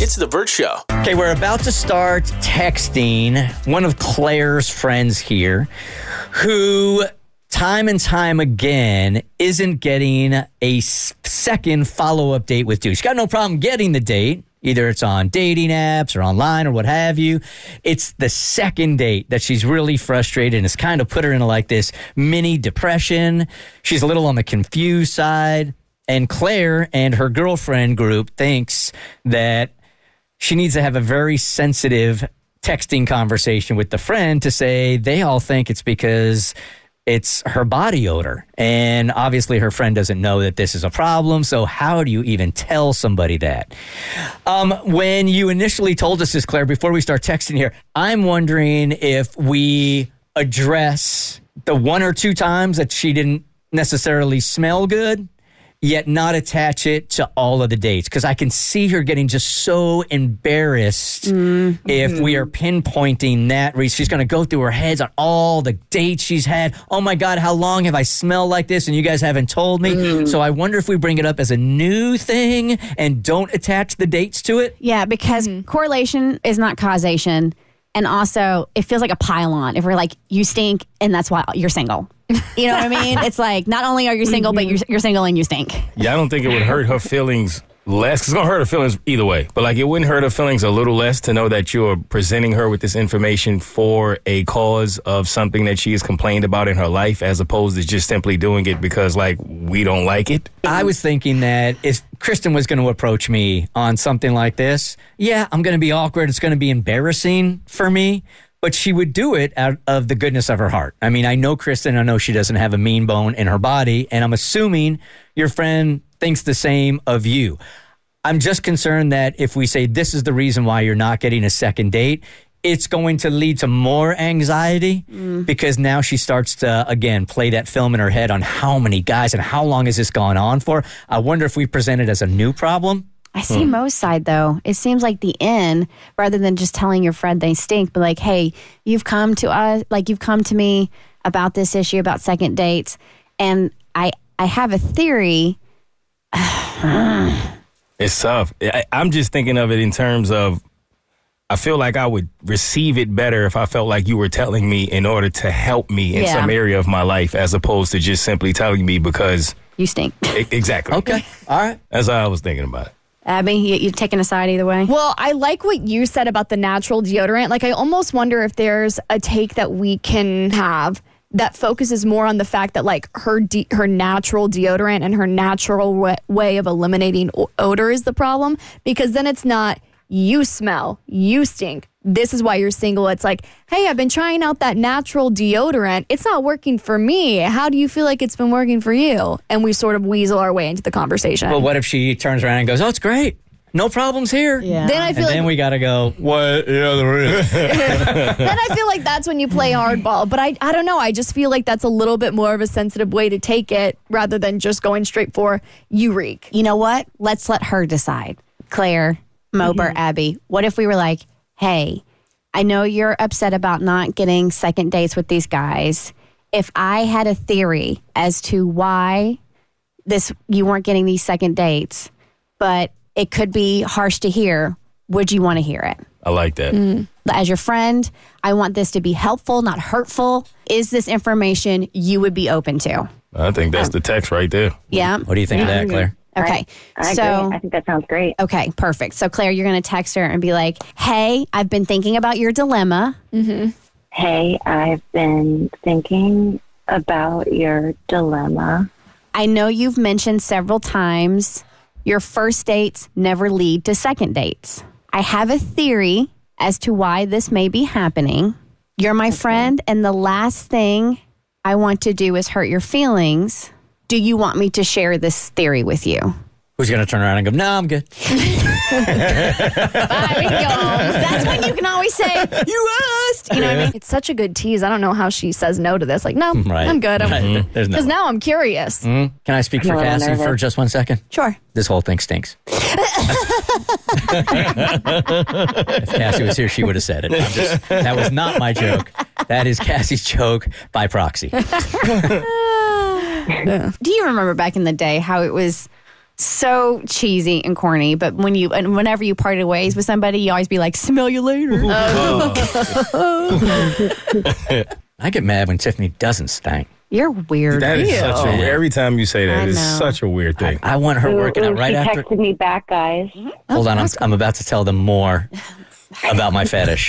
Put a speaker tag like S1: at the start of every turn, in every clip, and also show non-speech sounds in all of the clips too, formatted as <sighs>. S1: it's The Burt Show.
S2: Okay, we're about to start texting one of Claire's friends here who, time and time again, isn't getting a s- second follow up date with dude. She's got no problem getting the date. Either it's on dating apps or online or what have you. It's the second date that she's really frustrated and it's kind of put her into like this mini depression. She's a little on the confused side. And Claire and her girlfriend group thinks that she needs to have a very sensitive texting conversation with the friend to say they all think it's because it's her body odor. And obviously, her friend doesn't know that this is a problem. So, how do you even tell somebody that? Um, when you initially told us this, Claire, before we start texting here, I'm wondering if we address the one or two times that she didn't necessarily smell good yet not attach it to all of the dates because I can see her getting just so embarrassed if we are pinpointing that. reason. She's going to go through her heads on all the dates she's had. Oh my God, how long have I smelled like this? And you guys haven't told me. So I wonder if we bring it up as a new thing and don't attach the dates to it.
S3: Yeah, because correlation is not causation. And also, it feels like a pile on if we're like, you stink and that's why you're single. You know what I <laughs> mean? It's like, not only are you single, but you're, you're single and you stink.
S4: Yeah, I don't think it would hurt her feelings less. 'cause It's gonna hurt her feelings either way, but like it wouldn't hurt her feelings a little less to know that you are presenting her with this information for a cause of something that she has complained about in her life, as opposed to just simply doing it because like we don't like it.
S2: I was thinking that if Kristen was going to approach me on something like this, yeah, I'm going to be awkward. It's going to be embarrassing for me, but she would do it out of the goodness of her heart. I mean, I know Kristen. I know she doesn't have a mean bone in her body. And I'm assuming your friend thinks the same of you. I'm just concerned that if we say this is the reason why you're not getting a second date, it's going to lead to more anxiety
S5: Mm.
S2: because now she starts to again play that film in her head on how many guys and how long has this gone on for. I wonder if we present it as a new problem.
S3: I see Mo's side though. It seems like the in rather than just telling your friend they stink, but like, hey, you've come to us, like you've come to me about this issue about second dates, and I I have a theory.
S4: It's tough. I, I'm just thinking of it in terms of I feel like I would receive it better if I felt like you were telling me in order to help me in
S3: Yeah.
S4: some area of my life, as opposed to just simply telling me because
S3: You stink,
S4: e- exactly.
S2: Okay, all right.
S4: That's how I was thinking about it.
S3: Abby. You, you're taking a side either way.
S5: Well, I like what you said about the natural deodorant. Like, I almost wonder if there's a take that we can have that focuses more on the fact that like her de- her natural deodorant and her natural wa- way of eliminating o- odor is the problem because then it's not you smell, you stink. This is why you're single. It's like, hey, I've been trying out that natural deodorant. It's not working for me. How do you feel like it's been working for you? And we sort of weasel our way into the conversation.
S2: But what if she turns around and goes, "Oh, it's great, no problems here." Yeah.
S5: then I
S2: And
S5: feel like
S2: then we got to go. What? Yeah, there is.
S5: then I feel like that's when you play hardball. But I, I don't know. I just feel like that's a little bit more of a sensitive way to take it rather than just going straight for you reek.
S3: you know what? Let's let her decide. Claire, Mober, Abby, what if we were like, hey, I know you're upset about not getting second dates with these guys. If I had a theory as to why this you weren't getting these second dates, but it could be harsh to hear, would you want to hear it?
S4: I like that.
S3: As your friend, I want this to be helpful, not hurtful. Is this information you would be open to?
S4: I think that's the text right there. <laughs>
S2: <laughs>
S3: Yeah.
S2: What do you think of that, Claire?
S3: Okay.
S6: I
S3: so
S6: agree. I think that sounds great.
S3: Okay, perfect. So, Claire, you're going to text her and be like, hey, I've been thinking about your dilemma.
S6: Hey, I've been thinking about your dilemma.
S3: I know you've mentioned several times your first dates never lead to second dates. I have a theory as to why this may be happening. You're my friend, and the last thing I want to do is hurt your feelings. Do you want me to share this theory with you?
S2: Who's going to turn around and go, no, I'm good?
S3: Bye, we can go home. <laughs> That's when you can always say, You asked. You know what I mean?
S5: It's such a good tease. I don't know how she says no to this. Like, no,
S2: Right.
S5: I'm good.
S2: Right. There's no
S5: Because
S2: way.
S5: now I'm curious.
S2: Can I speak for
S6: a little
S2: Cassie for
S6: nervous.
S2: just one second?
S3: Sure.
S2: This whole thing
S6: <laughs>
S2: stinks. if Cassie was here, she would have said it. I'm just- that was not my joke. That is Cassie's joke by proxy.
S3: Do you remember back in the day how it was so cheesy and corny? But when you, and whenever you parted ways with somebody, you always be like, "Smell you later."
S2: I get mad when Tiffany doesn't stink.
S3: You're weird.
S4: That is such a every time you say that
S3: I
S4: it's
S3: know.
S4: such a weird
S2: <laughs>
S4: thing.
S2: I want her
S6: Ooh,
S2: working
S6: ooh,
S2: out right
S6: she
S2: after.
S6: texted me back, guys.
S2: Hold on, I'm, I'm about to tell them more about my fetish,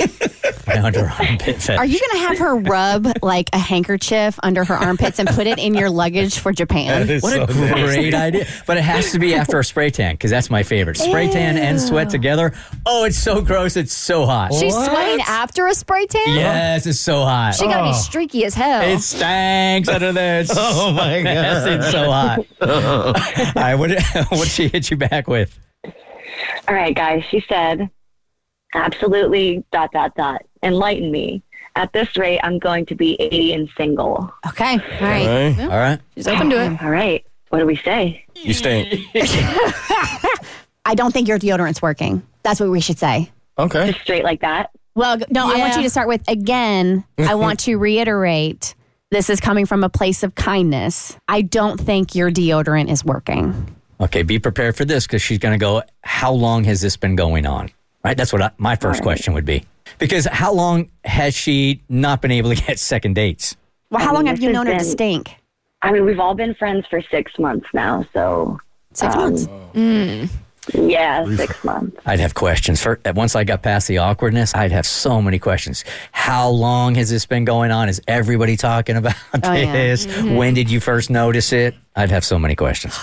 S2: my underarm pit fetish.
S3: Are you going to have her rub like a handkerchief under her armpits and put it in your luggage for Japan?
S4: It's
S2: What a
S4: so nasty.
S2: great idea. But it has to be after a spray tan because that's my favorite. Spray tan and sweat together. Oh, it's so gross. It's so hot.
S5: She's sweating after a spray tan?
S2: yes, it's so hot.
S5: She gotta be streaky as hell.
S2: it stinks under there. It's
S4: Oh
S2: <laughs>
S4: my
S2: nasty.
S4: god.
S2: It's so hot. All right, what <laughs> what'd she hit you back with?
S6: All right, guys, she said, absolutely, dot, dot, dot. Enlighten me. At this rate, I'm going to be 80 and single. Um,
S3: Okay. All right.
S4: Right?
S2: All right.
S5: She's open to it.
S6: All right, what do we say?
S4: You stink.
S3: I don't think your deodorant's working. That's what we should say.
S4: Okay.
S6: Straight like that?
S3: Well, g- no, I want
S5: Yeah.
S3: you to start with again.
S5: <laughs>
S3: I want to reiterate this is coming from a place of kindness. I don't think your deodorant is working.
S2: Okay, be prepared for this because she's going to go, How long has this been going on? Right? That's what I, my first question would be. Because how long has she not been able to <laughs> get second dates?
S3: Well, how
S6: I
S3: long
S6: mean,
S3: have
S6: this
S3: you
S6: has
S3: known her to
S6: been-
S3: stink?
S6: I mean, we've all been friends for six months now, so um,
S3: Six
S5: um,
S3: months.
S6: yeah, six months.
S2: I'd have questions. For, once I got past the awkwardness, I'd have so many questions. How long has this been going on? Is everybody talking <laughs> about
S3: Oh, yeah. Mm-hmm.
S2: this? When did you first notice it? I'd have so many
S3: <sighs>
S2: questions.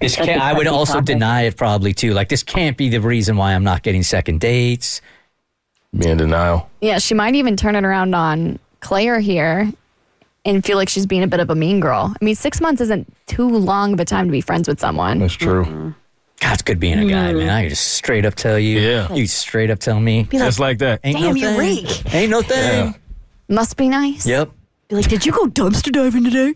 S2: This can't, I would
S6: touchy
S2: also
S6: topic.
S2: deny it probably too. Like, this can't be the reason why I'm not getting second dates.
S4: Be in denial.
S5: Yeah, she might even turn it around on Claire here and feel like she's being a bit of a mean girl. I mean, six months isn't too long of a time to be friends with someone.
S4: That's true.
S2: God, it's good being a guy,
S3: Mm-hmm.
S2: man. I could just straight up tell you.
S4: Yeah.
S2: You straight up tell me.
S4: Just like that.
S2: Ain't no
S3: Damn, you're
S2: thing.
S3: weak.
S2: Ain't no thing.
S5: Must be nice.
S2: Yep.
S7: Be like, did you go dumpster diving today?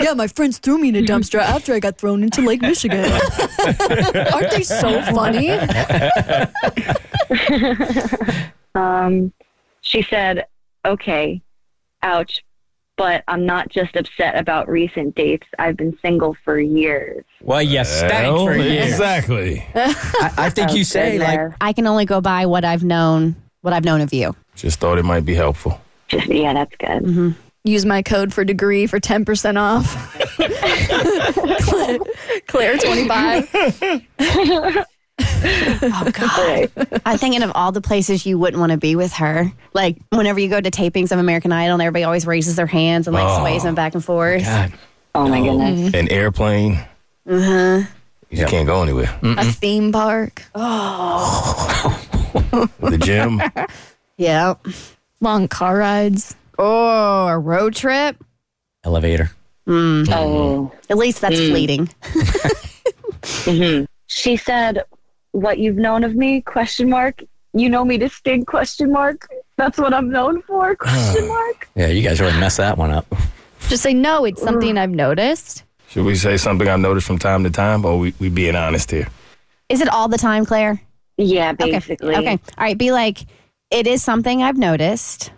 S7: yeah, my friends threw
S5: <laughs>
S7: me in a dumpster after I got thrown into Lake Michigan.
S5: Aren't they so funny?
S6: Um, she said, okay, ouch, but I'm not just upset about recent dates. I've been single for years.
S2: Well, you stank
S4: Well,
S2: for years.
S4: Exactly.
S2: I, I think you say,
S6: Good
S2: like,
S6: there.
S3: I can only go by what I've known, what I've known of you.
S4: Just thought it might be helpful.
S6: Just, yeah, that's good.
S2: <laughs>
S5: Use my code for degree for 10% off. Claire, Claire 25.
S6: All right.
S3: <laughs> I'm thinking of all the places you wouldn't want to be with her. Like whenever you go to tapings of American Idol, and everybody always raises their hands and like
S5: Oh,
S3: sways them back and forth.
S2: God,
S6: Oh my
S3: <laughs>
S6: goodness.
S4: An airplane. Mm-hmm. You can't go anywhere.
S5: A theme park.
S4: The gym.
S3: Yeah.
S5: Long car rides.
S3: Oh, a road trip.
S2: elevator.
S6: Oh.
S3: At least that's
S5: Hmm.
S3: fleeting.
S6: She said, "What you've known of me? Question mark. You know me to sting? Question mark. That's what I'm known
S2: <sighs>
S6: for? Question mark.
S2: Yeah, you guys really messed that one up.
S5: Just say, no, it's something I've noticed.
S4: Should we say something I noticed from time to time, or we, we being honest here?
S3: Is it all the time, Claire?
S6: Yeah, basically.
S3: Okay. All right. Be like, it is something I've noticed,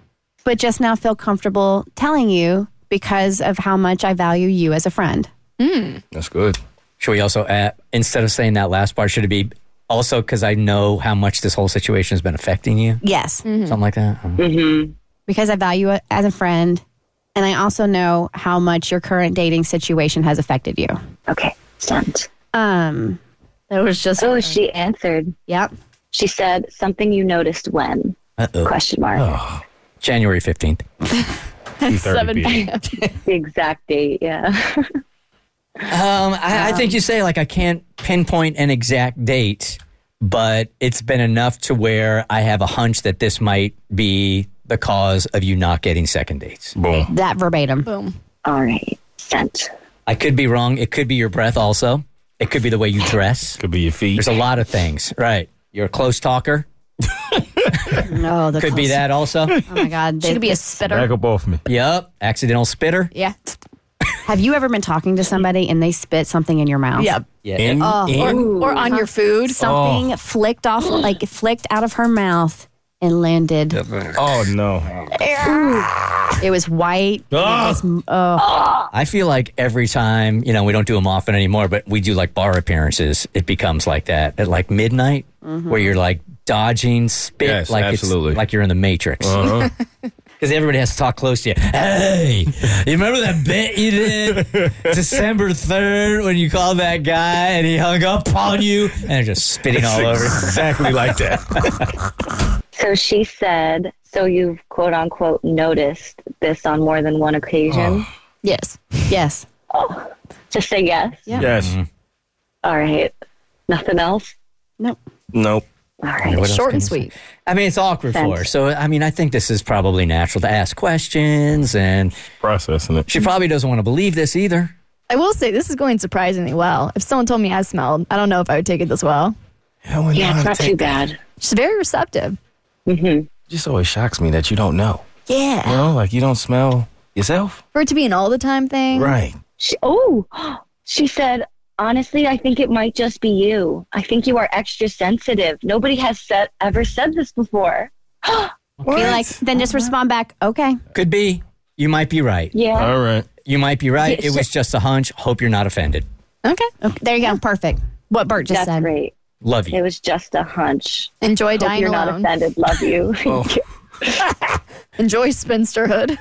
S3: but just now feel comfortable telling you because of how much I value you as a friend.
S4: That's good.
S2: Should we also, add, instead of saying that last part, should it be also because I know how much this whole situation has been affecting you?
S3: Yes.
S2: Something like that?
S3: Mm. Because I value it as a friend. And I also know how much your current dating situation has affected you.
S6: Okay. Sent.
S3: Um, there was just
S6: Oh, she answered.
S3: yep.
S6: She said something you noticed when?
S2: Uh-oh.
S6: Question mark.
S2: January 15th.
S4: 2:30
S5: Seven
S4: p.m.
S6: The exact date. Yeah. <laughs>
S2: Um, I, I think you say like I can't pinpoint an exact date, but it's been enough to where I have a hunch that this might be the cause of you not getting second dates.
S4: Boom.
S3: That verbatim.
S5: Boom.
S6: All right. Sent.
S2: I could be wrong. It could be your breath also. It could be the way you dress.
S4: Could be your feet.
S2: There's a lot of things. Right. You're a close talker.
S3: No, Oh, the
S2: Could be
S3: close-
S2: that also.
S3: Oh my God,
S8: She
S3: They-
S8: could be a
S3: this-
S8: spitter.
S4: Back up off me.
S2: yep. Accidental spitter.
S5: Yeah.
S3: Have you ever been talking to somebody and they spit something in your mouth?
S5: Yep.
S2: Yeah.
S4: In, in.
S5: Or on your food.
S3: Something flicked off, like flicked out of her mouth and landed.
S4: Oh no.
S3: It was white.
S4: Ah.
S3: It was, oh,
S2: I feel like every time, you know, we don't do them often anymore, but we do like bar appearances, it becomes like that at like midnight
S5: Mm-hmm.
S2: where you're like dodging spit
S4: Yes,
S2: like
S4: absolutely.
S2: it's like you're in the matrix. Because
S4: Uh-huh.
S2: everybody has to talk close to you. Hey, you remember that bit you
S4: <laughs>
S2: did December 3rd when you called that guy and he hung up on you and they're just spitting all over.
S4: exactly like that.
S2: <laughs>
S6: So she said, so you've quote unquote noticed this on more than one occasion.
S4: Uh-huh.
S5: Yes.
S3: yes.
S6: Just say yes.
S4: Yes.
S6: All right. Nothing else?
S3: Nope.
S4: Nope.
S6: All right.
S2: What else
S5: Short
S2: can
S5: and
S2: you say?
S5: sweet.
S2: I mean, it's awkward for her. So, I mean, I think this is probably natural to ask questions and
S4: Processing it.
S2: she probably doesn't want to believe this either.
S5: I will say this is going surprisingly well. If someone told me I smelled, I don't know if I would take it this well.
S6: Yeah, it's not too bad.
S5: She's very receptive.
S4: Just always shocks me that you don't know.
S5: Yeah.
S4: You know, like you don't smell yourself.
S5: For it to be an all the time thing.
S4: Right.
S6: She, oh, <gasps> she said, honestly, I think it might just be you. I think you are extra sensitive. Nobody has said, ever said this before.
S3: Be like, then
S6: Uh-huh.
S3: just respond back. Okay.
S2: Could be. You might be right.
S6: Yeah.
S4: All right.
S2: You might be right. It was just a hunch. Hope you're not offended.
S5: Okay.
S3: okay. There you go. Perfect. What Bert just
S6: That's
S3: said.
S6: great.
S2: Love
S6: It
S2: you.
S6: was just a hunch.
S5: Enjoy
S6: Hope
S5: dying
S6: you're not
S5: alone.
S6: offended. Love you. <laughs>
S5: Enjoy spinsterhood.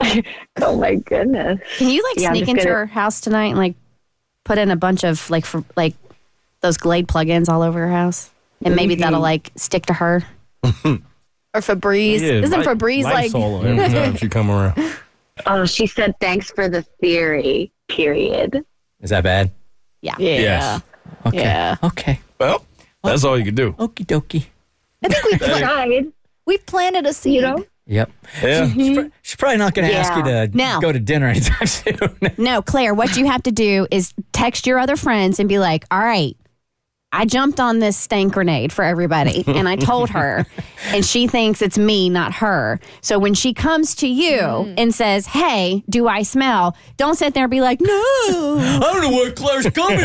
S6: oh my goodness.
S3: Can you like
S6: Yeah, I'm
S3: sneak
S6: just
S3: into
S6: gonna-
S3: her house tonight and like put in a bunch of like for, like those Glade plugins all over her house, and maybe that'll like stick to her.
S5: or Febreze. Isn't Febreze like
S4: every time she come around?
S6: Oh, she said, thanks for the theory, period.
S2: Is that bad?
S5: Yeah.
S4: Yes.
S2: Okay.
S5: Yeah.
S2: Okay.
S4: Well, that's all you can do.
S2: Okie dokie.
S5: I think we've, pla-
S6: Died.
S5: we've planted a seed.
S6: know?
S2: Yep. <laughs>
S4: Yeah.
S6: Mm-hmm.
S2: She's, pr- she's probably not going to ask you to
S3: No.
S2: go to dinner anytime <laughs> soon.
S3: No, Claire, what you have to do is text your other friends and be like, all right, I jumped on this stank grenade for
S6: <laughs>
S3: everybody and I told her, and she thinks it's me, not her. So when she comes to you
S6: Mm.
S3: and says, hey, do I smell? Don't sit there and be like, no.
S2: I don't know where Claire's coming from.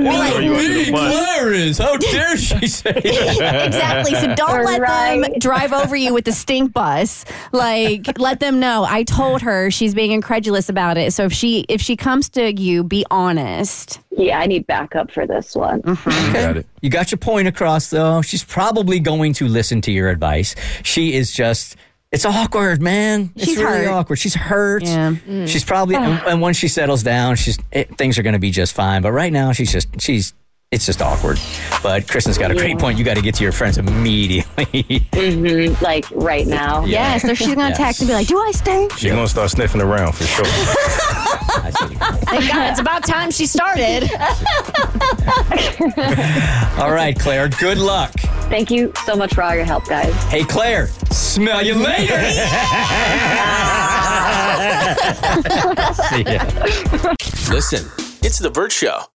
S4: <laughs> yeah. Or you under the bus.
S2: is. How dare she say that?
S3: <laughs> exactly. So don't let them drive over you with the stink bus. Like, let them know. I told her she's being incredulous about it. So if she if she comes to you, be honest.
S6: Yeah, I need backup for this one.
S4: Got it.
S2: You got your point across, though. She's probably going to listen to your advice. She is just. It's awkward, man. It's
S3: She's
S2: really
S3: hurt.
S2: awkward. She's hurt.
S3: Yeah. Mm. Ah.
S2: She's probably, and, and once she settles down, she's it, things are going to be just fine. But right now, she's just she's it's just awkward. But Kristen's got a great point. You got to get to your friends immediately. <laughs>
S6: Mhm, Like right now.
S3: Yes, or she's gonna
S2: Yes.
S3: text and be like, "Do I stink?"
S4: She's gonna start sniffing around for sure.
S2: I see.
S3: Thank God, it's about time she started.
S2: All right, Claire. Good luck.
S6: Thank you so much for all your help, guys.
S2: Hey, Claire. Smell you later. See ya. <laughs>
S1: Listen, it's the Vert Show.